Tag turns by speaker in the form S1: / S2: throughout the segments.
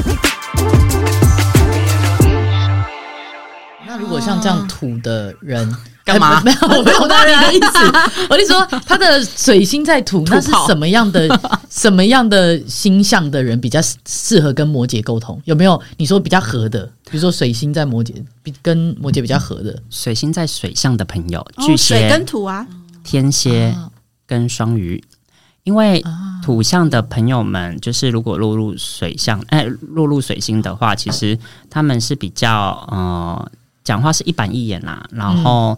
S1: 啊 人。
S2: 干嘛
S1: 哎没有，我没有那你的意 思。我就说他的水星在土，那是
S2: 土炮
S1: 什么样的 什么样的星象的人比较适适合跟摩羯沟通？有没有你说比较合的？比如说水星在摩羯，比跟摩羯比较合的，
S3: 水星在水象的朋友，
S4: 哦
S3: 巨
S4: 水
S3: 蟹、
S4: 跟土啊，
S3: 天蝎跟双鱼，因为土象的朋友们，就是如果落入水象，哎，落入水星的话，其实他们是比较呃，讲话是一板一眼啦，然后、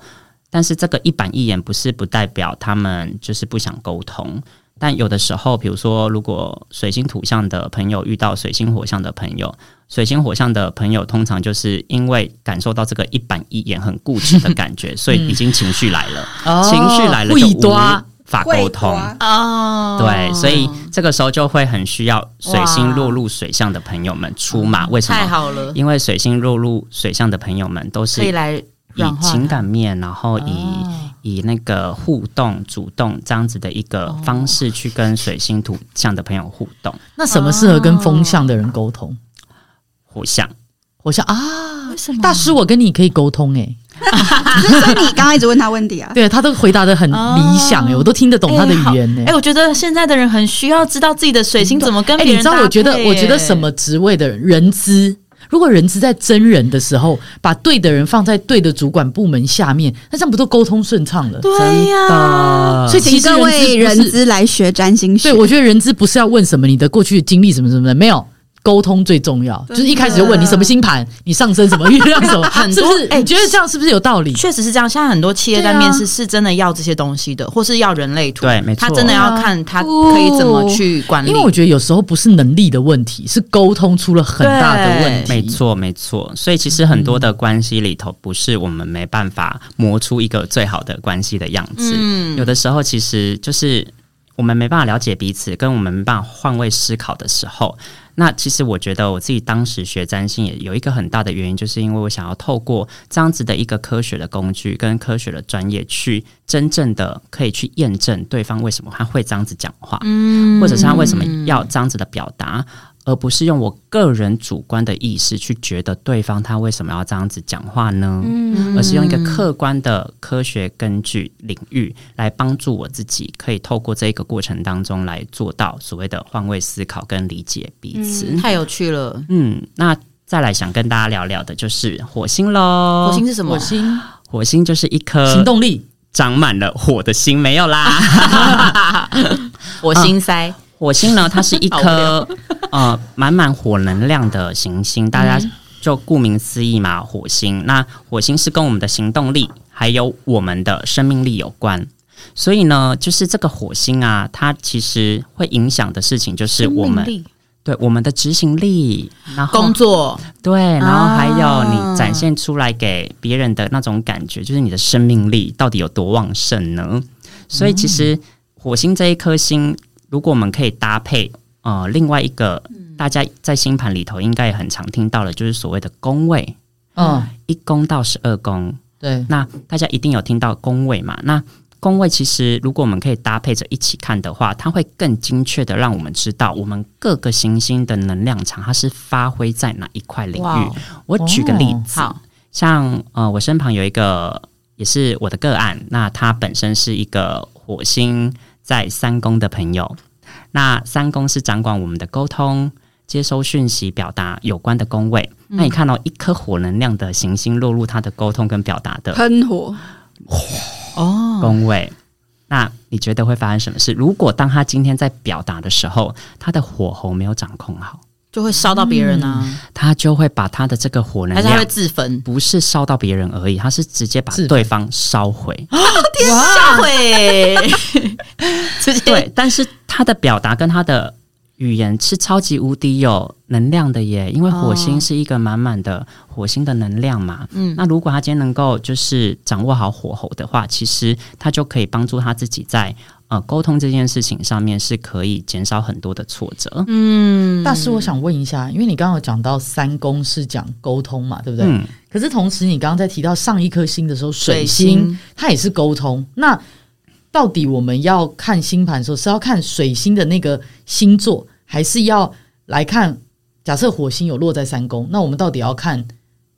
S3: 但是这个一板一眼不是不代表他们就是不想沟通。但有的时候，比如说，如果水星土象的朋友遇到水星火象的朋友，水星火象的朋友通常就是因为感受到这个一板一眼很固执的感 觉，所以已经情绪来了。
S2: 嗯
S3: 情绪来了就
S1: 哦会
S3: 无
S1: 多啊
S3: 法沟通
S4: 贵。瓜
S2: 哦
S3: 对，所以这个时候就会很需要水星落入水象的朋友们出马。为什
S2: 太
S3: 么？
S2: 好了，
S3: 因为水星落入水象的朋友们都是
S2: 可以哦来
S3: 以
S2: 软化
S3: 情感面，然后以、以那个互动、主动这样子的一个
S2: 哦
S3: 方式去跟水星土象的朋友互动。
S1: 那什么适合跟风象的人沟通？
S3: 火象，
S1: 火象啊，
S4: 为什么
S1: 大师，我跟你可以沟通哎、
S4: 所以你刚刚一直问他问题啊，
S1: 对他都回答的很理想哎、我都听得懂他的语言呢、
S2: 哎、我觉得现在的人很需要知道自己的水星怎么跟
S1: 哎、
S2: 别
S1: 你
S2: 人
S1: 知
S2: 搭
S1: 道
S2: 配、
S1: 我觉得，我觉得什
S2: 哎
S1: 么职位的人人资，如果人资在真人的时候，把对的人放在对的主管部门下面，那这样不都沟通顺畅了？
S2: 对呀、
S1: 所以其
S4: 请
S1: 实
S4: 各位人
S1: 人资不是，
S4: 资来学占星 学
S1: 对。我觉得人资不是要问什么你的过去的经历什么什么的，没有。沟通最重要，
S4: 真的
S1: 就是一开始就问你什么星盘，你上升什么，月亮什么，
S2: 很
S1: 是
S2: 多
S1: 不是？
S2: 哎
S1: 你觉得这样是不是有道理？
S2: 确实是这样。现在很多企业在面试是真的要这些东西的，或是要人类图，
S3: 对没
S2: 他
S3: 错
S2: 真的要看他可以怎么去管理。
S1: 因为我觉得有时候不是能力的问题，是沟通出了很大的问题。
S3: 没，错，没错。所以其实很多的关系里头，不是我们没办法磨出一个最好的关系的样子。
S2: 嗯
S3: 有的时候其实就是我们没办法了解彼此，跟我们没办法换位思考的时候，那其实我觉得我自己当时学占星也有一个很大的原因，就是因为我想要透过这样子的一个科学的工具跟科学的专业，去真正的可以去验证对方为什么他会这样子讲话，嗯，或者是他为什么要这样子的表达。而不是用我个人主观的意识去觉得对方他为什么要这样子讲话呢？而是用一个客观的科学根据领域来帮助我自己，可以透过这个过程当中来做到所谓的换位思考跟理解彼此。
S2: 太有趣了。
S3: 嗯那再来想跟大家聊聊的就是火星喽。
S2: 火星是什么
S1: 火？星
S3: 火星就是一颗
S1: 行动力，
S3: 长满了火的心，没有啦。
S2: 火星塞。
S3: 火星呢，它是一
S2: 好无聊
S3: 颗呃满满火能量的行星，大家就顾名思义嘛，火星。那火星是跟我们的行动力还有我们的生命力有关。所以呢，就是这个火星啊，它其实会影响的事情就是我
S2: 生
S3: 们
S2: 命力
S3: 对我们的执行力，然后
S2: 工作
S3: 对，然后还有
S2: 啊
S3: 你展现出来给别人的那种感觉，就是你的生命力到底有多旺盛呢？所以其实火星这一颗星，如果我们可以搭配呃另外一个，大家在星盘里头应该也很常听到了，就是所谓的宫位，
S1: 嗯，
S3: 一宫到十二宫，
S1: 对，
S3: 那大家一定有听到宫位嘛？那宫位其实如果我们可以搭配着一起看的话，它会更精确的让我们知道我们各个行星的能量场它是发挥在哪一块领
S2: 哇哦
S3: 域。我举个例子，
S2: 好，
S3: 像呃，我身旁有一个也是我的个案，那他本身是一个火星在三宫的朋友，那三宫是掌管我们的沟通。接收讯息、表达有关的宫位，那你看到、一颗火能量的行星落入他的沟通跟表达的
S4: 喷火，
S2: 嗯
S3: 宫位。那你觉得会发生什么事？如果当他今天在表达的时候，他的火候没有掌控好，
S2: 就会烧到别人啊，
S3: 他就会把他的这个火能
S2: 还是他会
S3: 量，
S2: 自焚？
S3: 不是烧到别人而已，他是直接把
S1: 自焚
S3: 对方烧毁。
S2: 下回直接
S3: 对，但是他的表达跟他的语言是超级无敌有能量的耶，因为火星是一个满满的火星的能量嘛。嗯，那如果他今天能够就是掌握好火候的话，其实他就可以帮助他自己在呃沟通这件事情上面是可以减少很多的挫折。嗯
S1: 大师，我想问一下，因为你刚刚有讲到三宫是讲沟通嘛，对不
S3: 嗯
S1: 对？可是同时，你刚刚在提到上一颗星的时候，水
S2: 水
S1: 星
S2: 星
S1: 它也是沟通。那到底我们要看星盘的时候，是要看水星的那个星座，还是要来看？假设火星有落在三宫，那我们到底要看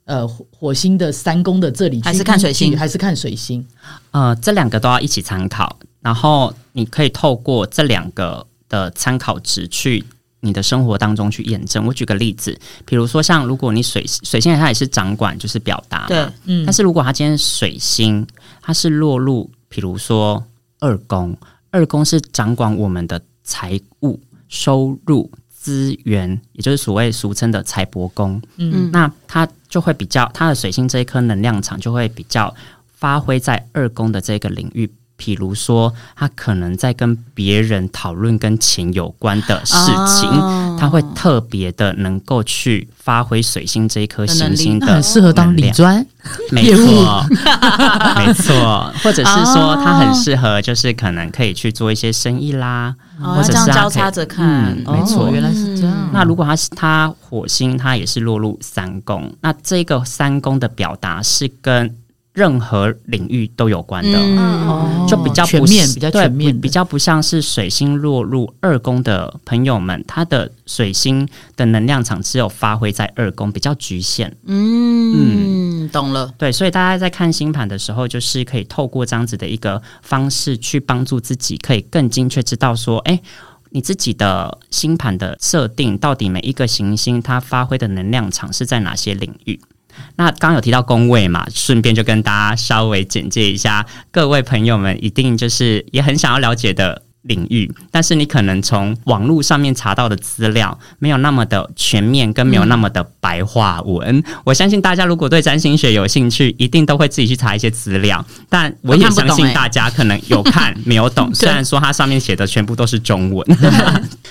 S1: 呃火火星的三宫的这里去
S2: 还是看水星
S1: 依据还是看水星？
S3: 呃，这两个都要一起参考，然后你可以透过这两个的参考值去你的生活当中去验证。我举个例子，比如说像如果你水水星它也是掌管就是表达嘛，
S2: 对，
S1: 嗯
S3: 但是如果它今天水星它是落入，比如说二宫，二宫是掌管我们的财务、收入、资源，也就是所谓俗称的财帛宫。
S2: 嗯
S3: 那它就会比较，它的水星这一颗能量场就会比较发挥在二宫的这个领域。比如说，他可能在跟别人讨论跟钱有关的事情，
S2: 哦
S3: 他会特别的能够去发挥水星这一颗
S2: 的能
S3: 行
S2: 力
S3: 星的
S1: 那很适合当
S3: 能
S1: 理
S3: 量
S1: 专，
S3: 没
S1: 业务
S3: 错，没错， 或者是说
S2: 哦
S3: 他很适合，就是可能可以去做一些生意啦。
S2: 哦
S3: 或
S2: 要
S3: 者
S2: 这样
S3: 是它
S2: 交
S3: 可以
S2: 叉着看
S3: 嗯，没错
S1: 哦原来是这样。
S3: 那如果他是他火星，他也是落入三宫，那这个三宫的表达是跟任何领域都有关的。
S2: 嗯
S1: 哦
S3: 就比较不
S1: 全面
S3: 是
S1: 比较
S3: 对
S1: 全面
S3: 比
S1: 的
S3: 比较不像是水星落入二宫的朋友们，他的水星的能量场只有发挥在二宫，比较局限。
S2: 嗯嗯，懂了。
S3: 对，所以大家在看星盘的时候，就是可以透过这样子的一个方式去帮助自己，可以更精确知道说，哎。你自己的星盘的设定，到底每一个行星它发挥的能量场是在哪些领域？那刚刚有提到宫位嘛，顺便就跟大家稍微简介一下，各位朋友们一定就是也很想要了解的领域，但是你可能从网络上面查到的资料没有那么的全面，跟没有那么的白话文。我相信大家如果对占星学有兴趣，一定都会自己去查一些资料，但我也
S2: 我看不懂
S3: 相信
S2: 欸
S3: 大家可能有看没有懂，虽然说它上面写的全部都是中文。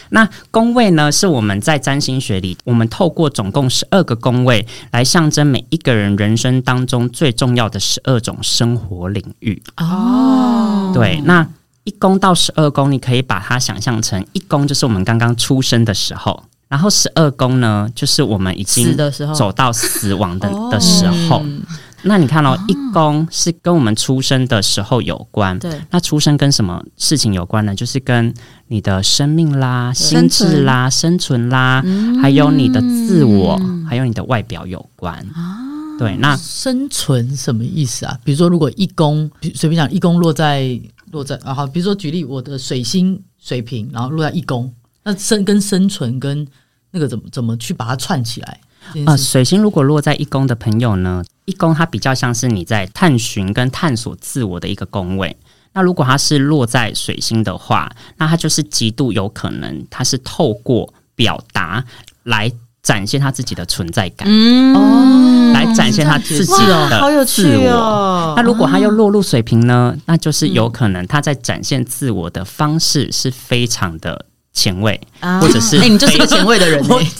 S3: 那宫位呢，是我们在占星学里，我们透过总共十二个宫位来象征每一个人人生当中最重要的十二种生活领域。
S2: 哦，
S3: 对，那一宫到十二宫，你可以把它想象成一宫就是我们刚刚出生的时候，然后十二宫呢，就是我们已
S2: 死
S3: 经
S2: 的时候哦
S3: 走到死亡的的时候。
S1: 嗯
S3: 那你看哦，一宫是跟我们出生的时候有关。
S2: 对，
S3: 那出生跟什么事情有关呢？就是跟你的生命啦、心
S4: 生存
S3: 智啦、生存啦，
S2: 嗯
S3: 还有你的自我，还有你的外表有关。
S2: 啊
S3: 对，那
S1: 生存什么意思啊？比如说，如果一宫，比随便讲，一宫落在落在啊，好，比如说举例，我的水星水平，然后落在一宫，那生跟生存跟那个怎么怎么去把它串起来？
S2: 嗯
S1: 这
S3: 呃，
S1: 件事
S3: 水星如果落在一宫的朋友呢，一宫它比较像是你在探寻跟探索自我的一个宫位。那如果它是落在水星的话，那它就是极度有可能，它是透过表达来展现他自己的存在感，
S2: 嗯，哦
S3: 来展现他自己的自
S2: 哇，
S3: 我。
S2: 好有趣哦。
S3: 那如果他又落入水平呢，那就是有可能他在展现自我的方式是非常的前卫，
S2: 啊
S3: 或者是
S2: 哎，你就是个前卫的人欸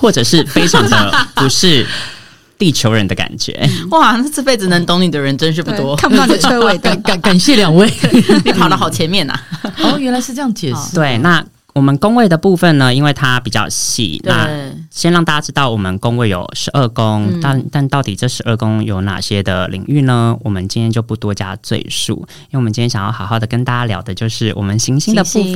S3: 或者是非常的不是地球人的感觉。
S2: 哇，那这辈子能懂你的人真是不
S4: 对
S2: 多，
S4: 看不到你的车尾
S1: 感
S4: 灯。
S1: 感感谢两位。
S2: 你跑得好前面啊呐。
S1: 哦，原来是这样解
S2: 嗯
S1: 释。
S3: 对，那我们宫位的部分呢，因为它比较细，那
S2: 对，
S3: 先让大家知道我们宫位有十二宫，
S2: 嗯
S3: 但但到底这十二宫有哪些的领域呢？我们今天就不多加赘述，因为我们今天想要好好的跟大家聊的就是我们行星的部分。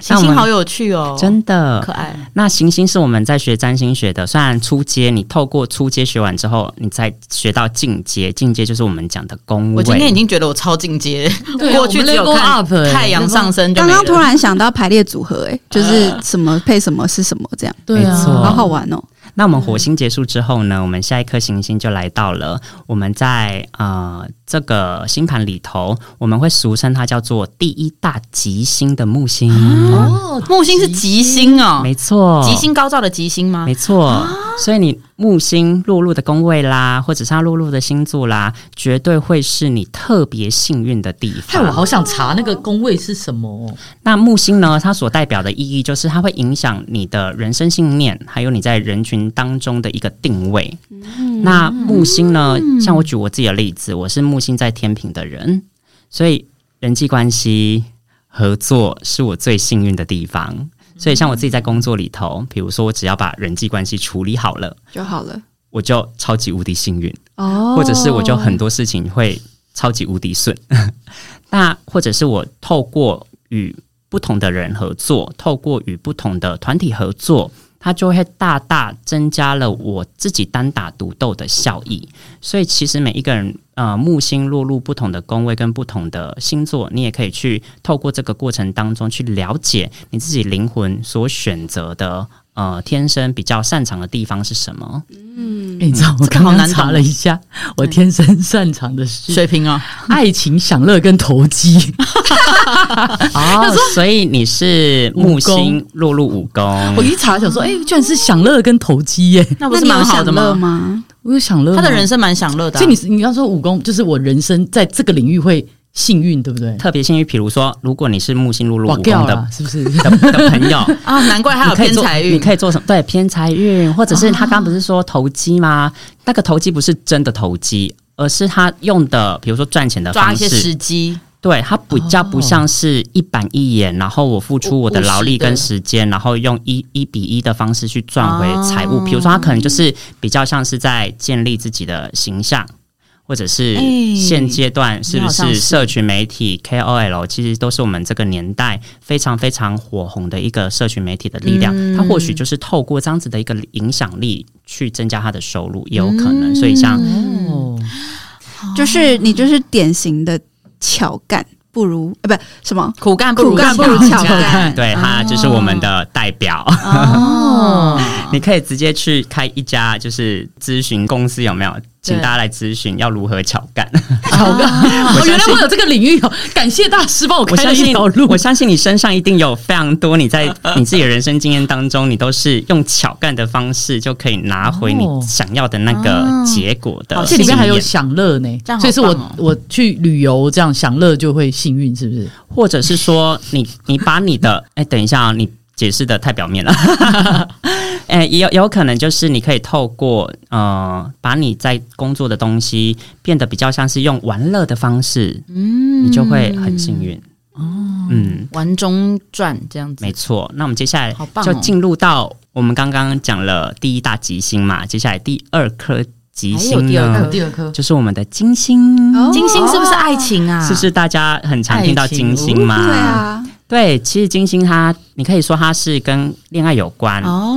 S2: 行
S3: 那我
S2: 星
S3: 们
S2: 好有趣哦，
S3: 真的
S2: 可爱。
S3: 那行星是我们在学占星学的，虽然初阶你透过初阶学完之后，你再学到进阶，进阶就是我们讲的宫位。
S2: 我今天已经觉得我超进阶，
S1: 对啊
S2: 过去只有
S1: 我们 level
S2: 看
S1: up 欸
S2: 太阳上升就
S4: 刚
S2: 没了。
S4: 刚突然想到排列组合、哎，就是什么配什么是什么这样，
S1: 对
S3: 没
S1: 啊
S3: 错，
S4: 好好玩哦。
S3: 那我们火星结束之后呢，我们下一颗行星就来到了我们在呃这个星盘里头，我们会俗称它叫做第一大吉星的木星。
S1: 哦，
S2: 木星是吉星哦，
S3: 没错，
S2: 吉星高照的吉星吗？
S3: 没错，所以你木星落入的宫位啦，或者是它落入的星座啦，绝对会是你特别幸运的地
S1: 害我
S3: 方。
S1: 好想查那个宫位是什么哦。
S3: 那木星呢，它所代表的意义就是它会影响你的人生信念，还有你在人群当中的一个定位。那木星呢，像我举我自己的例子，我是木星在天平的人，所以人际关系、合作是我最幸运的地方。所以，像我自己在工作里头，比如说我只要把人际关系处理好了，
S4: 就好了。
S3: 我就超级无敌幸运，
S4: 哦
S3: 或者是我就很多事情会超级无敌顺。 那或者是我透过与不同的人合作，透过与不同的团体合作，它就会大大增加了我自己单打独斗的效益。所以其实每一个人，呃，木星落入不同的宫位跟不同的星座，你也可以去透过这个过程当中去了解你自己灵魂所选择的。呃，天生比较擅长的地方是什么？
S1: 欸你知道我
S2: 这个
S1: 刚
S2: 好
S1: 刚
S2: 难懂
S1: 查了一下，我天生擅长的是
S2: 水瓶哦，
S1: 爱情、享乐跟投机。
S3: 哦，所以你是木星落入五
S1: 我
S3: 宫，
S1: 一查想说，哎、居然是享乐跟投机耶、
S2: 那不
S4: 那
S2: 是
S4: 你有
S2: 蛮好的
S4: 享乐
S2: 吗？
S4: 吗？
S1: 我有享乐吗，
S2: 他的人生蛮享乐的啊、
S1: 所以你是你刚说武功，就是我人生在这个领域会幸运，对不对？
S3: 特别幸运。比如说，如果你是木星落入
S1: 哇
S3: 五宫
S1: 掉
S3: 的
S1: 了，是不是？
S3: 的朋友，
S2: 啊，难 怪他
S3: 你
S2: 有
S3: 可以
S2: 偏
S3: 做
S2: 财
S3: 你
S2: 运。啊
S3: 可以做什么？对，偏财运，或者是他刚刚不是说投机吗？那个投机不是真的投机，而是他用的，比如说赚钱的
S2: 抓
S3: 方
S2: 一些
S3: 式
S2: 时，机，
S3: 对他比较不
S2: 哦
S3: 像是一板一眼，然后我付出我的劳力跟时间，然后用一一比一的方式去赚回财物。
S2: 哦
S3: 比如说，他可能就是比较像是在建立自己的形象。或者是
S2: 哎
S3: 现阶段是不
S2: 你好像
S3: 是
S2: 是
S3: 社群媒体 KOL，其实都是我们这个年代非常非常火红的一个社群媒体的力量。
S2: 嗯
S3: 它或许就是透过这样子的一个影响力去增加他的收入，也有可
S2: 嗯
S3: 能。所以像
S1: 哦，
S4: 就是你就是典型的巧干，不如呃不什么
S2: 苦干不
S4: 苦
S2: 如
S4: 干不如
S2: 巧
S4: 巧干。
S3: 对他就是我们的代表。
S2: 哦，
S3: 你可以直接去开一家就是咨询公司，有没有？请大家来咨询要如何巧干。
S1: 好个，我啊原来我有这个领域哦，感谢大师帮我
S3: 我
S1: 开了
S3: 相
S1: 一
S3: 信
S1: 条路。
S3: 我相信你身上一定有非常多你在你自己的人生经验当中，你都是用巧干的方式就可以拿回你
S1: 哦
S3: 想要的那个结果的
S2: 好
S1: 这
S3: 经验。
S1: 里面还有享乐呢
S2: 这样，好
S1: 所以是我、
S2: 棒哦
S1: 我去旅游这样享乐就会幸运，是不是？
S3: 或者是说你你把你的 哎、等一下、哦，你解释的太表面了。 哎、也有有可能就是你可以透过呃，把你在工作的东西变得比较像是用玩乐的方式，嗯，你就会很幸运。哦，嗯，
S2: 玩中转这样子
S3: 没，错。那我们接下来
S2: 好棒哦
S3: 就进入到我们刚刚讲了第一大吉星嘛，接下来第二颗吉
S2: 还有
S3: 星
S2: 第二
S3: 呢
S2: 颗，
S1: 二颗，
S3: 就是我们的金星。
S4: 哦
S2: 金星是不是爱情啊？
S3: 是不是大家很常听到
S1: 爱情
S3: 金星嘛？
S4: 对啊，
S3: 对，其实金星它，你可以说它是跟恋爱有关。
S2: 哦，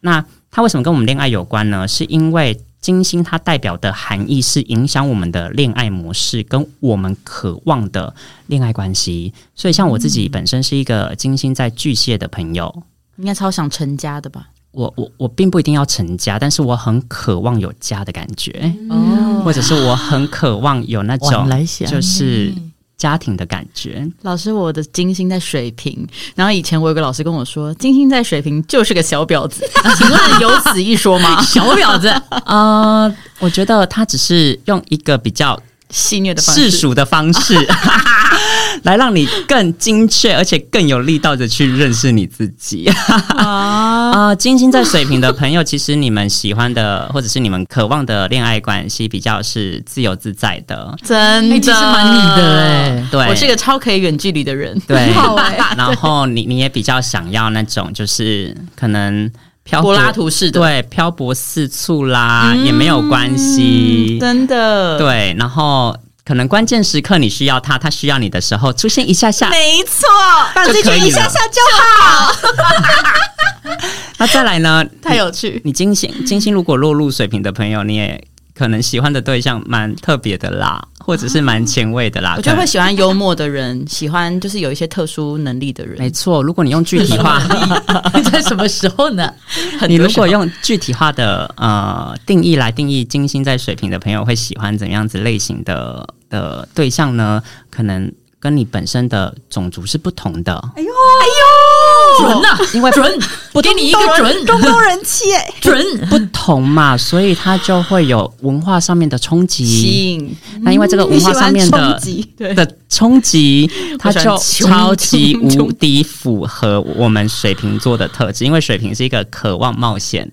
S3: 那它为什么跟我们恋爱有关呢？是因为金星它代表的含义是影响我们的恋爱模式跟我们渴望的恋爱关系。所以，像我自己本身是一个金星在巨蟹的朋友，
S2: 应该超想成家的吧？
S3: 我我我并不一定要成家，但是我很渴望有家的感觉，
S1: 哦，
S3: 或者是我很渴望有那
S1: 往
S3: 种
S1: 来想
S3: 就是家庭的感觉。
S2: 老师，我的金星在水瓶，然后以前我有个老师跟我说，金星在水瓶就是个小婊子，请问有此一说吗？
S1: 小婊子，
S3: 呃，我觉得它只是用一个比较
S2: 戏谑的方
S3: 世
S2: 式，
S3: 俗的 方式，来让你更精确而且更有力道的去认识你自己
S2: 哦
S3: 啊、金星在水瓶的朋友，其实你们喜欢的或者是你们渴望的恋爱关系，比较是自由自在的，
S2: 真
S1: 哎，
S2: 的，
S1: 其实蛮你的哎，
S3: 对，
S2: 我是个欸超可以远距离的人，
S3: 对
S4: 很，好哎
S3: 然后你你也比较想要那种就是可能漂
S2: 柏
S3: 泊
S2: 拉图式的，
S3: 对漂泊四处啦，也没有关系
S2: 嗯，真的，，
S3: 对，然后。可能关键时刻你需要他，他需要你的时候出现一下下，
S2: 没错，
S3: 就可以了
S2: 就好，
S3: 那再来呢？
S2: 太有趣。
S3: 你金星金星如果落入水平的朋友，你也可能喜欢的对象蛮特别的啦，或者是蛮前卫的啦。
S2: 我觉得
S3: 可
S2: 会
S3: 能
S2: 喜欢幽默的人，喜欢就是有一些特殊能力的
S3: 没
S2: 人。
S3: 错。如果你用具体 化，
S1: 在什么时候呢？
S2: 很多
S3: 你如
S2: 时候
S3: 果用具体化的呃定义来定义金星在水平的朋友会喜欢怎样子类型的的对象呢？可能跟你本身的种族是不 同的。
S4: 哎呦
S1: 准呐，
S3: 因为
S1: 准，给你一个准
S4: 中东人气哎，
S1: 准，
S3: 不同嘛，所以它就会有文化上面的冲击。
S2: 吸引，
S3: 那因为这个
S4: 你
S3: 文
S4: 喜
S3: 化上
S4: 欢
S3: 面
S4: 冲
S3: 的
S4: 击，
S2: 对
S3: 的冲击，它就
S2: 我喜欢
S3: 超级无敌符合我们水瓶座的特质，因为水瓶是一个渴望冒险，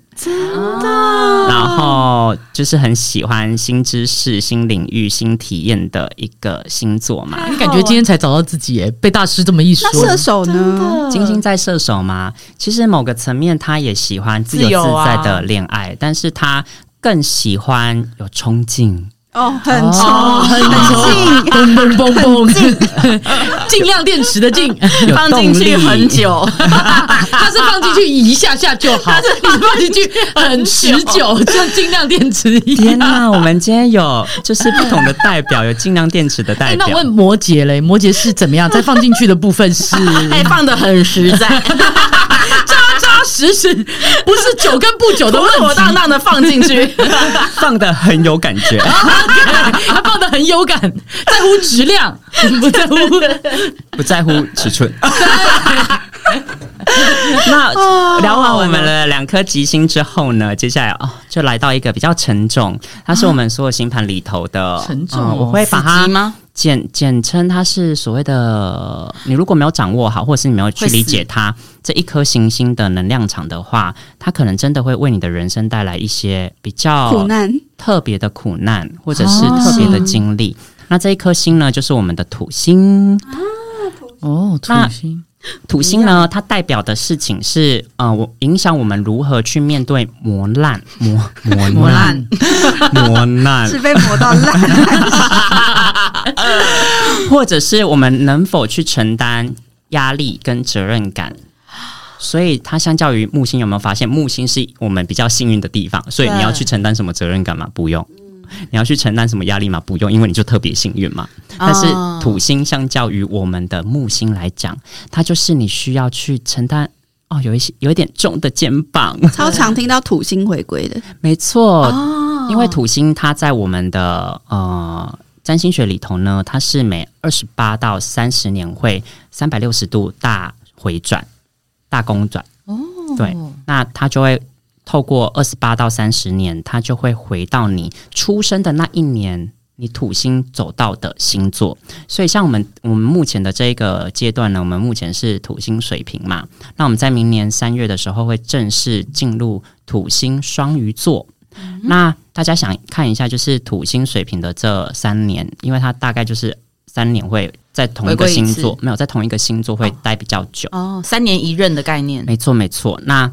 S3: 真的，然后就是很喜欢新知识、新领域、新体验的一个星座嘛。
S1: 你感觉今天才找到自己哎，被大师这么一说
S4: 那，射手呢？
S3: 金星在射手嘛，其实某个层面他也喜欢自由
S2: 自由
S3: 自
S2: 啊
S3: 在的恋爱，但是他更喜欢有冲劲。
S4: 哦，很
S1: 哦
S4: 重，
S1: 很
S4: 很
S1: 重，蹦
S4: 近，
S1: 蹦蹦蹦，尽量电池的 尽，
S3: 有
S2: 放进去
S3: 动力
S2: 很 久，
S1: 它是放进去一下下就好，你是放进去很持久，像尽量电池一样。
S3: 天哪、我们今天有就是不同的代表，有尽量电池的代
S1: 哎，那
S3: 表。
S1: 我问摩羯嘞，摩羯是怎么样？再放进去的部分是
S2: 哎，放的很实 在，
S1: 扎扎实实，不是久跟不久的
S2: 妥
S1: 问
S2: 妥当
S1: 题。
S2: 当的放进去。
S3: 放的很有感觉，
S1: 他放的很有感，在乎质量，不在乎。
S3: 不在乎尺寸。 那聊完我们的两颗吉星之后呢，接下来哦，就来到一个比较沉重，它是我们所有星盘里头的
S1: 沉重哦
S3: 嗯我会把
S2: 死机
S3: 它
S2: 吗？
S3: 简简称它是所谓的，你如果没有掌握好，或者是你没有去
S2: 会死
S3: 理解它这一颗行星的能量场的话，它可能真的会为你的人生带来一些比较
S4: 苦难。
S3: 特别的苦难，或者是特别的经历。那这一颗星呢，就是我们的土星。
S1: 哦，土
S3: 那
S1: 星
S3: 土星呢，它代表的事情是，呃，我影响我们如何去面对磨难、磨磨
S1: 磨
S3: 难、
S1: 烂，
S3: 磨难
S4: 是，被磨到烂，
S3: 或者是我们能否去承担压力跟责任感。所以，它相较于木星，有没有发现木星是我们比较幸运的地方？所以你要去承担什么责任感吗？不用。你要去承担什么压力吗？不用，因为你就特别幸运嘛。但是
S2: 哦
S3: 土星相较于我们的木星来讲，它就是你需要去承担哦，有一些有一点重的肩膀。
S4: 超常听到土星回归的，
S3: 没错， 因为土星它在我们的呃占星学里头呢，它是每二十八到三十年会三百六十度大回转、大公转。哦，对，那它就会透过二十八到三十年，它就会回到你出生的那一年。你土星走到的星座，所以像我们我们目前的这个阶段呢，我们目前是土星水平嘛，那我们在明年三月的时候会正式进入土星双鱼座。
S2: 嗯
S3: 那大家想看一下，就是土星水平的这三年，因为它大概就是三年会在同一个
S2: 回归一
S3: 星
S2: 次
S3: 座，没有在同一个星座会待比较久。
S2: 哦，三年一任的概念，
S3: 没错，没错。那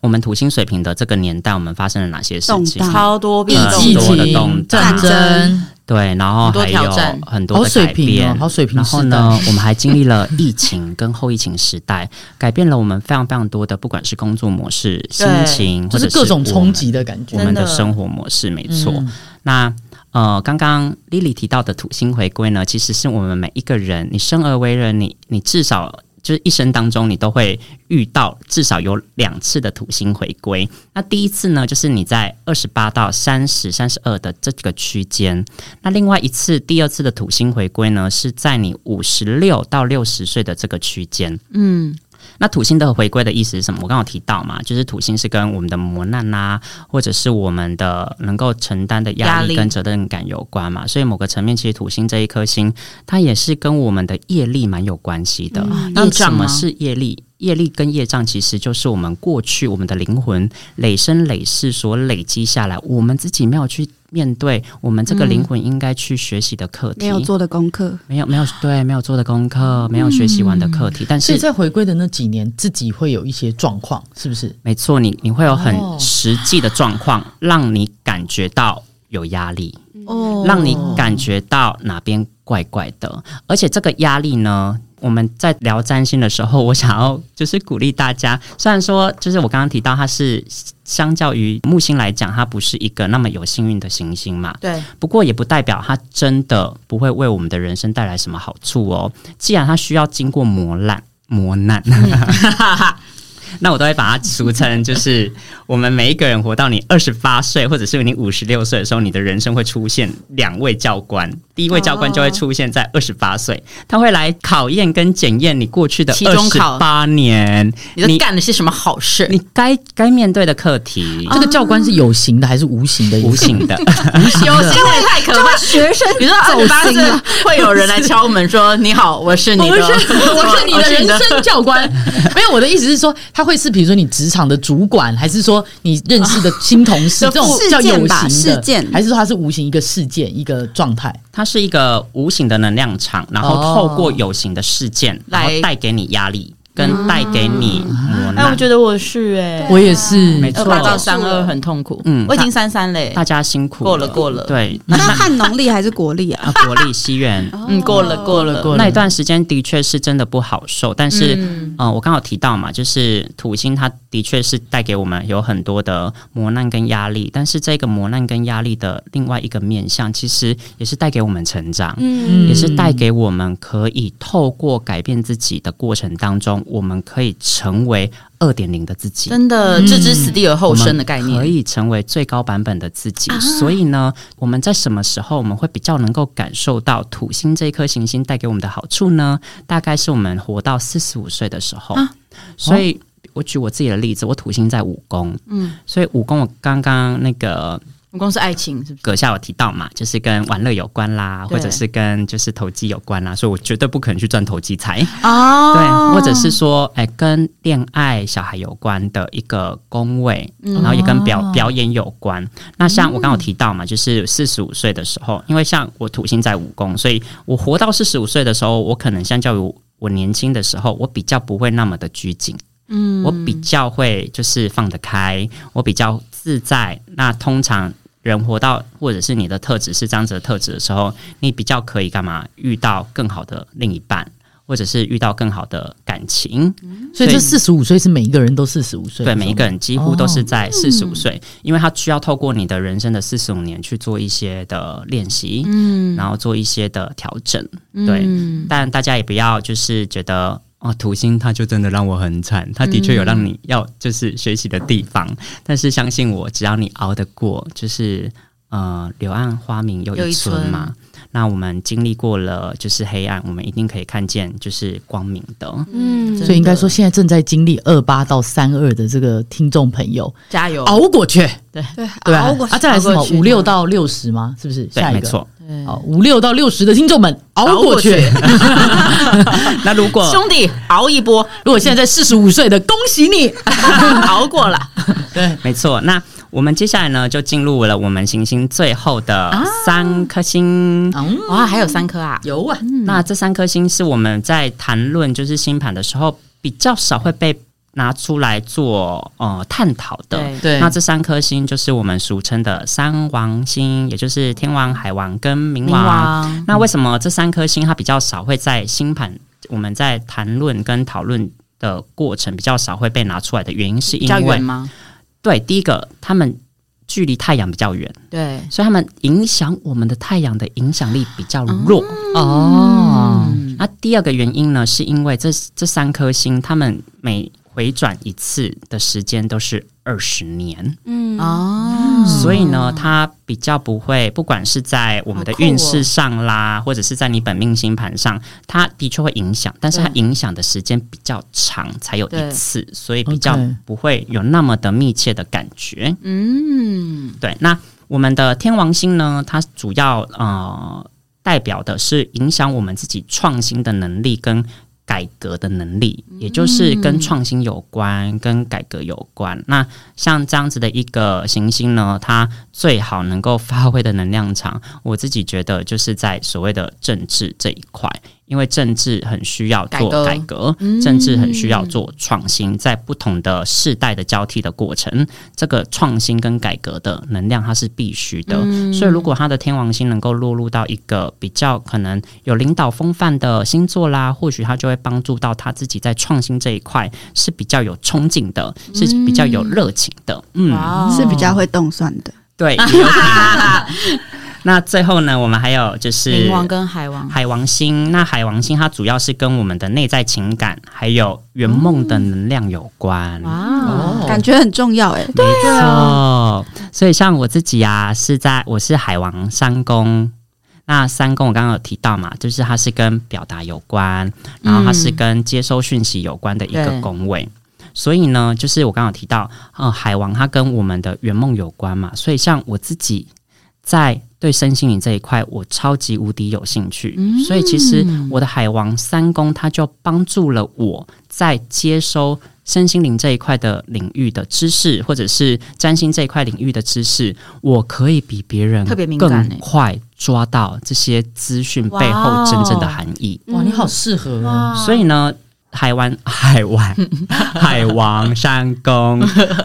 S3: 我们土星水平的这个年代，我们发生了哪些事情
S4: 动？荡
S2: 超多变
S3: 呃
S2: 动
S1: 疫
S2: 的。
S3: 很多的
S1: 情
S3: 动荡、
S1: 战争，
S3: 对，然后
S2: 很多
S3: 还
S2: 挑
S3: 有
S2: 战
S3: 很多
S1: 好
S3: 的
S1: 水
S3: 改
S1: 平
S3: 变
S1: 哦，。好水平
S3: 然
S1: 时
S3: 后
S1: 代。
S3: 呢，我 们还经历了疫情跟后疫情时代，改变了我们非常非常多的，不管是工作模式、心
S2: 对
S3: 情，
S1: 就
S3: 或者
S1: 是各种
S3: 我
S1: 冲
S3: 们
S1: 击的感觉
S3: 我。们的
S2: 真的
S3: 生活模式，没错。
S1: 嗯
S3: 那呃，刚刚 Lily 提到的土星回归呢，其实是我们每一个人，你生而为人，你你至少就是一生当中，你都会遇到至少有两次的土星回归。那第一次呢，就是你在二十八到三十、三十二的这个区间；那另外一次，第二次的土星回归呢，是在你五十六到六十岁的这个区间。
S2: 嗯，
S3: 那土星的回归的意思是什么？我刚刚有提到嘛，就是土星是跟我们的磨难啊，或者是我们的能够承担的压
S2: 压力
S3: 力跟责任感有关嘛。所以某个层面，其实土星这一颗星，它也是跟我们的业力蛮有关系的。那
S2: 业
S3: 什
S2: 障吗
S3: 么是业力？业力跟业障其实就是我们过去我们的灵魂累生累世所累积下来，我们自己没有去面对，我们这个灵魂应该去学习的课题，
S4: 没有做的功课，
S3: 没有没有对没有做的功课，没有学习完的课题，但
S1: 所以
S3: 是
S1: 在回归的那几年，自己会有一些状况，是不是？
S3: 没错，你你会有很
S1: 哦
S3: 实际的状况，让你感觉到有压力，
S2: 哦
S3: 让你感觉到哪边怪怪的，而且这个压力呢。我们在聊占星的时候，我想要就是鼓励大家，虽然说就是我刚刚提到它是相较于木星来讲，它不是一个那么有幸运的行星嘛，
S2: 对，
S3: 不过也不代表它真的不会为我们的人生带来什么好处哦。既然它需要经过磨难，磨难， 那我都会把它俗称就是我们每一个人活到你二十八岁，或者是你五十六岁的时候，你的人生会出现两位教官，第一位教官就会出现
S2: 哦
S3: 在二十八岁，他会来考验跟检验你过去的
S2: 期
S3: 二
S2: 中
S3: 十
S2: 考
S3: 八年，
S2: 你都
S3: 你
S2: 干了些什么好事？
S3: 你该该面对的课题。
S2: 啊
S1: 这个教官是有形的还是无形的？
S3: 啊无形的，
S2: 有些人太可怕。
S4: 学生
S2: 比如说二十
S3: 啊
S2: 八岁会有人来敲门说：“你好，我是你
S1: 我
S2: 的，
S1: 是我是你的人生教官，没有我的意思是说，他会是比如说你职场的主管，还是说你认识的新同事，
S2: 就
S1: 这种
S4: 事
S1: 叫有
S4: 件
S1: 形
S4: 吧
S1: 的，
S4: 事件
S1: 还是说它是无形一个事件一个状态？
S3: 它是一个无形的能量场，然后
S1: 哦
S3: 透过有形的事件，然后
S2: 来
S3: 带给你压力。跟带给你磨
S2: 哎，我
S3: 难。
S2: 觉得我是哎、
S1: 我也是
S3: 没错
S2: 二八到三二很痛苦，
S3: 嗯
S2: 我已经三三哎嘞、
S3: 大家辛苦
S2: 过了过了
S3: 对，
S4: 那
S3: 那
S4: 看农历还是国历 啊？
S3: 啊，国立西院
S2: 嗯，过了 过了
S1: 过了
S3: 那一段时间的确是真的不好受，但是。
S2: 嗯
S3: 呃，我刚好提到嘛，就是土星，它的确是带给我们有很多的磨难跟压力，但是这个磨难跟压力的另外一个面向，其实也是带给我们成长，
S4: 嗯
S1: 嗯
S3: 也是带给我们可以透过改变自己的过程当中，我们可以成为二点零的自己。
S2: 真的
S1: 嗯
S2: 置之死地而后生的概
S3: 我们可
S2: 念。啊
S3: 以成为最高版本的自己。所以呢，我们在什么时候我们会比较能够感受到土星这一颗行星带给我们的好处呢？大概是我们活到四十五岁的时候。
S2: 啊
S3: 所以，我举我自己的例子，我土星在五宫，
S2: 嗯，
S3: 所以五宫我刚刚那个
S2: 我公司爱情是不是？
S3: 阁下有提到嘛，就是跟玩乐有关啦，
S2: 对
S3: 或者是跟就是投机有关啦，所以我绝对不可能去赚投机财。
S2: 哦
S3: 对，或者是说，哎、跟恋爱、小孩有关的一个宫位，然后也跟表、表演有关。那像我刚刚有提到嘛，就是四十五岁的时候，因为像我土星在五宫，所以我活到四十五岁的时候，我可能相较于我我年轻的时候，我比较不会那么的拘谨。嗯，我比较会就是放得开，我比较自在。那通常人活到或者是你的特质是这样子的特质的时候，你比较可以干嘛？遇到更好的另一半，或者是遇到更好的感情。
S1: 所以这
S3: 对
S1: 四十五岁是每一个人都四十五岁，
S3: 对，每一个人几乎都是在四十五岁，因为他需要透过你的人生的四十五年去做一些的练习，嗯，然后做一些的调整。对，
S2: 嗯
S3: 但大家也不要就是觉得。哦，土星它就真的让我很惨，它的确有让你要就是学习的地方，但是相信我，只要你熬得过，就是呃，柳暗花明又
S2: 又
S3: 一
S2: 一
S3: 村
S2: 村
S3: 嘛。那我们经历过了就是黑暗，我们一定可以看见就是光明的。
S4: 嗯
S1: 所以应该说，现在正在经历二八到三二的这个听众朋友，
S2: 加油，
S1: 哦熬过去，
S4: 对，
S1: 对
S4: 熬
S1: 吧
S4: 过？去
S1: 啊，再来是什
S2: 熬
S1: 么
S2: 过去
S1: 五六到六十吗？是不是？
S3: 对
S1: 下，一
S3: 没
S1: 个，
S3: 错。
S1: 好，五六到六十的听众们熬过去。
S3: 那如 果
S2: 兄弟，熬一 波，
S1: 如果现在在四十五岁的，恭喜你。
S2: 熬过了。
S1: 对，
S3: 没错，那我们接下来呢，就进入了我们行星最后的
S2: 啊
S3: 三颗星。
S1: 嗯，
S2: 哇，还有三颗啊！
S1: 有啊，
S3: 那这三颗星是我们在谈论就是星盘的时候比较少会被拿出来做呃探讨的。
S2: 对
S1: 对
S3: 那这三颗星就是我们俗称的三王星，也就是天王、海王跟冥
S2: 冥王
S3: 那为什么这三颗星它比较少会在星盘我们在谈论跟讨论的过程比较少会被拿出来的原因，是
S2: 比
S3: 因
S2: 较远
S3: 为
S2: 吗？
S3: 对第一个他们距离太阳比较远，
S2: 对，
S3: 所以他们影响我们的太阳的影响力比较弱。嗯
S1: 哦，
S3: 那第二个原因呢，是因为这这三颗星，他们每回转一次的时间都是二十年，
S4: 嗯
S2: 哦，
S3: 所以呢，它比较不会，不管是在我们的
S2: 好酷哦
S3: 运势上啦，或者是在你本命星盘上，它的确会影响，但是它
S2: 对
S3: 影响的时间比较长，才有一
S2: 对
S3: 次，所以比较
S1: OK
S3: 不会有那么的密切的感觉。
S2: 嗯，
S3: 对，那我们的天王星呢，它主要呃代表的是影响我们自己创新的能力跟改革的能力，也就是
S2: 嗯
S3: 跟创新有关，跟改革有关。那像这样子的一个行星呢，它最好能够发挥的能量场，我自己觉得就是在所谓的政治这一块，因为政治很需要做
S2: 改革嗯
S3: 改革，政治很需要做创新，在不同的世代的交替的过程，这个创新跟改革的能量它是必须的。
S2: 嗯
S3: 所以，如果它的天王星能够落入到一个比较可能有领导风范的星座啦，或许它就会帮助到他自己在创新这一块是比较有冲劲的，是比较有热情的。嗯，
S2: 嗯哇哦
S4: 是比较会动算的。
S3: 对。也有可能那最后呢，我们还有就是
S2: 冥王跟海王，
S3: 海王星，那海王星它主要是跟我们的内在情感还有圆梦的能量有关。
S2: 嗯哇，
S1: 哦
S4: 感觉很重要哎，
S3: 没错，所以像我自己啊，是在我是海王三宫。那三宫我刚刚有提到嘛，就是它是跟表达有关，然后它是跟接收讯息有关的一个
S2: 对
S3: 宫位。所以呢，就是我刚刚有提到，呃，海王它跟我们的圆梦有关嘛，所以像我自己在对身心灵这一块，我超级无敌有兴趣，所以其实我的海王三宫它就帮助了我在接收身心灵这一块的领域的知识，或者是占星这一块领域的知识，我可以比别人
S2: 特别敏感
S3: 更
S2: 欸
S3: 快抓到这些资讯背
S2: 哇
S3: 后
S2: 哦
S3: 真正的含义。
S4: 嗯
S1: 哇，你好适合哦，
S3: 所以呢，海湾 海湾海王山 公，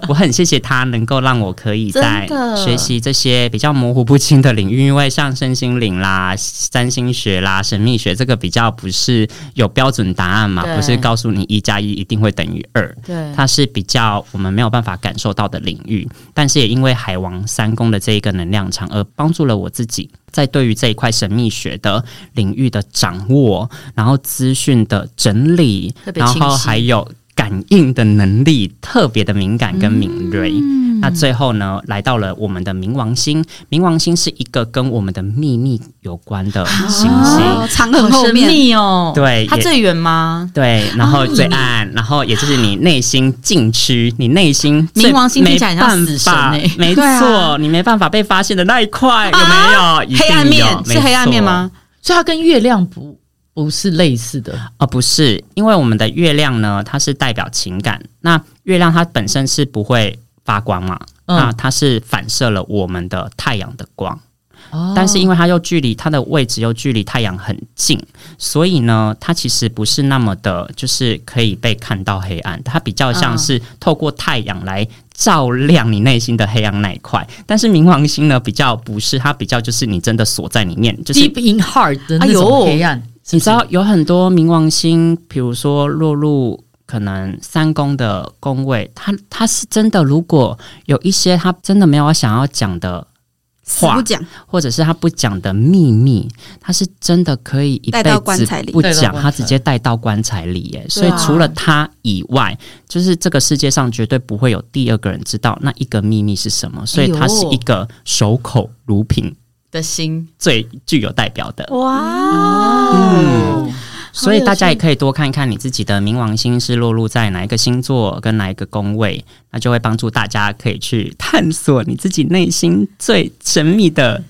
S3: 我很谢谢他能够让我可以在
S2: 真的
S3: 学习这些比较模糊不清的领域，因为像身心灵啦、占星学啦、神秘学这个比较不是有标准答案嘛，
S2: 对
S3: 不是告诉你一加一一定会等于二，
S2: 对，
S3: 它是比较我们没有办法感受到的领域，但是也因为海王三宫的这一个能量场，而帮助了我自己在对于这一块神秘学的领域的掌握，然后资讯的整理
S2: 特，别
S3: 然
S2: 清晰
S3: 后还有感应的能力特别的敏感跟敏锐。
S2: 嗯
S3: 那最后呢，来到了我们的冥王星。冥王星是一个跟我们的秘密有关的行星，
S4: 哦，藏很
S2: 很
S4: 后
S2: 神
S4: 面，
S2: 秘哦。
S3: 对
S2: 它
S3: 也
S2: 最远吗？
S3: 对，然后最暗，然后也就是你内心禁区，你内心最
S2: 冥王星听
S3: 没
S2: 起来很像
S3: 办
S2: 死神
S3: 法
S2: 欸
S3: 没
S4: 对啊
S3: 错，你没办法被发现的那一块有没有？一定
S2: 黑暗
S3: 有
S2: 面
S3: 没
S2: 是黑暗面
S3: 错
S2: 吗？
S1: 所以它跟月亮不不是类似的，
S3: 啊、不是，因为我们的月亮呢，它是代表情感，那月亮它本身是不会发光嘛，
S1: 嗯
S3: 那它是反射了我们的太阳的光。
S1: 哦
S3: 但是因为它又距离它的位置又距离太阳很近，所以呢，它其实不是那么的，就是可以被看到黑暗，它比较像是透过太阳来照亮你内心的黑暗那一块。但是冥王星呢，比较不是，它比较就是你真的锁在里面，就是
S1: deep in heart 的那
S2: 哎呦
S1: 种黑暗，是
S3: 你
S1: 不是
S3: 知道有很多冥王星，比如说落入可能三宫的宫位，它它是真的，如果有一些他真的没有想要讲的。
S4: 死
S3: 话
S4: 不讲，
S3: 或者是他不讲的秘密，他是真的可以一辈
S4: 带
S3: 子
S4: 到棺材里
S3: 不
S1: 带到
S3: 讲，
S1: 棺材
S3: 他直接带到棺材里耶。所
S2: 对啊
S3: 以除了他以外，就是这个世界上绝对不会有第二个人知道那一个秘密是什么。
S4: 哎
S3: 所以他是一个守口如瓶
S2: 的心
S3: 最具有代表的。
S2: 哇，
S3: 嗯，所以大家
S2: 好有
S3: 也
S2: 趣
S3: 可以多看看你自己的冥王星是落入在哪一个星座跟哪一个宫位，那就会帮助大家可以去探索你自己内心最神秘的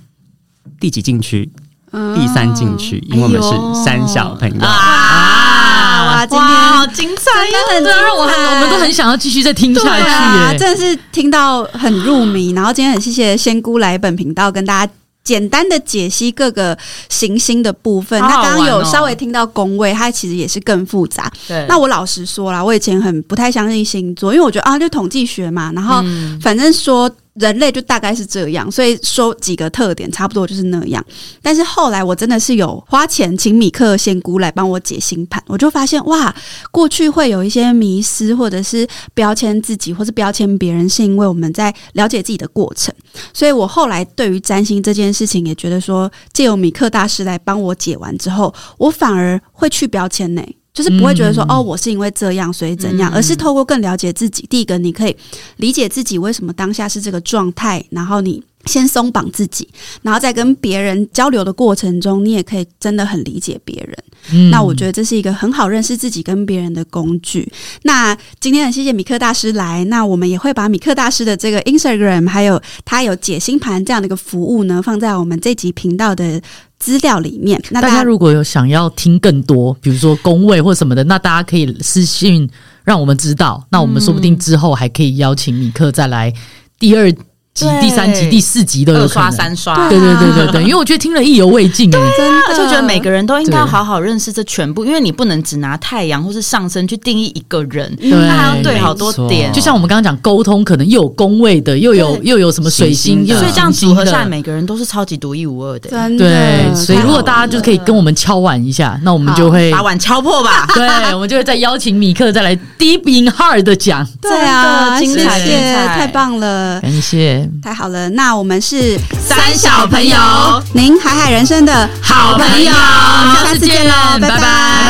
S3: 第几禁区。
S2: 嗯
S3: 第三禁区，因为我
S2: 哎
S3: 们是三小朋友。
S4: 啊！哇，今
S2: 哇，好
S4: 天
S2: 精彩哦！
S4: 真的很
S1: 让我很我们都很想要继续再听下
S4: 对
S1: 去、
S4: 啊，
S1: 耶
S4: 真的是听到很入迷。然后今天很谢谢仙姑来本频道跟大家。简单的解析各个行星的部分，
S2: 好好
S4: 那刚刚有
S2: 玩哦
S4: 稍微听到宫位，它其实也是更复杂。
S2: 对
S4: 那我老实说啦，我以前很不太相信星座，因为我觉得啊，就统计学嘛，然后反正说人类就大概是这样，所以说几个特点差不多就是那样。但是后来我真的是有花钱请米克仙姑来帮我解星盘，我就发现哇，过去会有一些迷失或者是标签自己或是标签别人，是因为我们在了解自己的过程。所以我后来对于占星这件事情也觉得说，借由米克大师来帮我解完之后，我反而会去标签呢、就是不会觉得说、
S1: 嗯
S4: 哦，我是因为这样所以怎样，
S2: 嗯
S4: 而是透过更了解自己。第一个，你可以理解自己为什么当下是这个状态，然后你先松绑自己，然后在跟别人交流的过程中，你也可以真的很理解别人。
S1: 嗯
S4: 那我觉得这是一个很好认识自己跟别人的工具。那今天很谢谢米克大师来，那我们也会把米克大师的这个 Instagram，还有他有解星盘这样的一个服务呢，放在我们这集频道的资料里面。那
S1: 大家如果有想要听更多，比如说工位或什么的，那大家可以私信让我们知道。那我们说不定之后还可以邀请米克再来第二集
S2: 对、
S1: 第三集、第四集都有
S2: 二
S1: 可
S2: 刷
S1: 能。
S2: 三刷，
S1: 对对对对 对，因为我觉得听了意犹未尽哎、
S4: 真的，
S2: 而且我觉得每个人都应该要
S1: 对
S2: 好好认识这全部，因为你不能只拿太阳或是上升去定义一个人，
S1: 对
S2: 他还要对
S3: 没
S2: 好多
S3: 错
S2: 点，
S1: 就像我们刚刚讲沟通，可能又有工位的，又有
S2: 啊对
S1: 又有什么水星，
S3: 行星的
S1: 又有
S2: 所以这样
S1: 行
S2: 组
S1: 星
S2: 合下来，
S1: 的
S2: 每个人都是超级独一无二的。
S4: 真的
S1: 对，所以
S4: 太好
S1: 如果大家就可以跟我们敲碗一下，那我们就会
S2: 把碗敲破
S1: ！
S2: 吧
S1: 对，我们就会再邀请米克再来 deep in heart 的讲。
S4: 对啊，
S2: 真的精彩
S4: 谢
S2: 精
S4: 谢，
S2: 彩
S4: 太棒了。
S1: 感谢，
S4: 太好了，那我们是
S2: 三小朋友
S4: 您海海人生的
S2: 好朋友
S4: 下
S2: 下
S4: 次
S2: 次
S4: 见
S2: 见
S4: 喽，拜
S2: 拜拜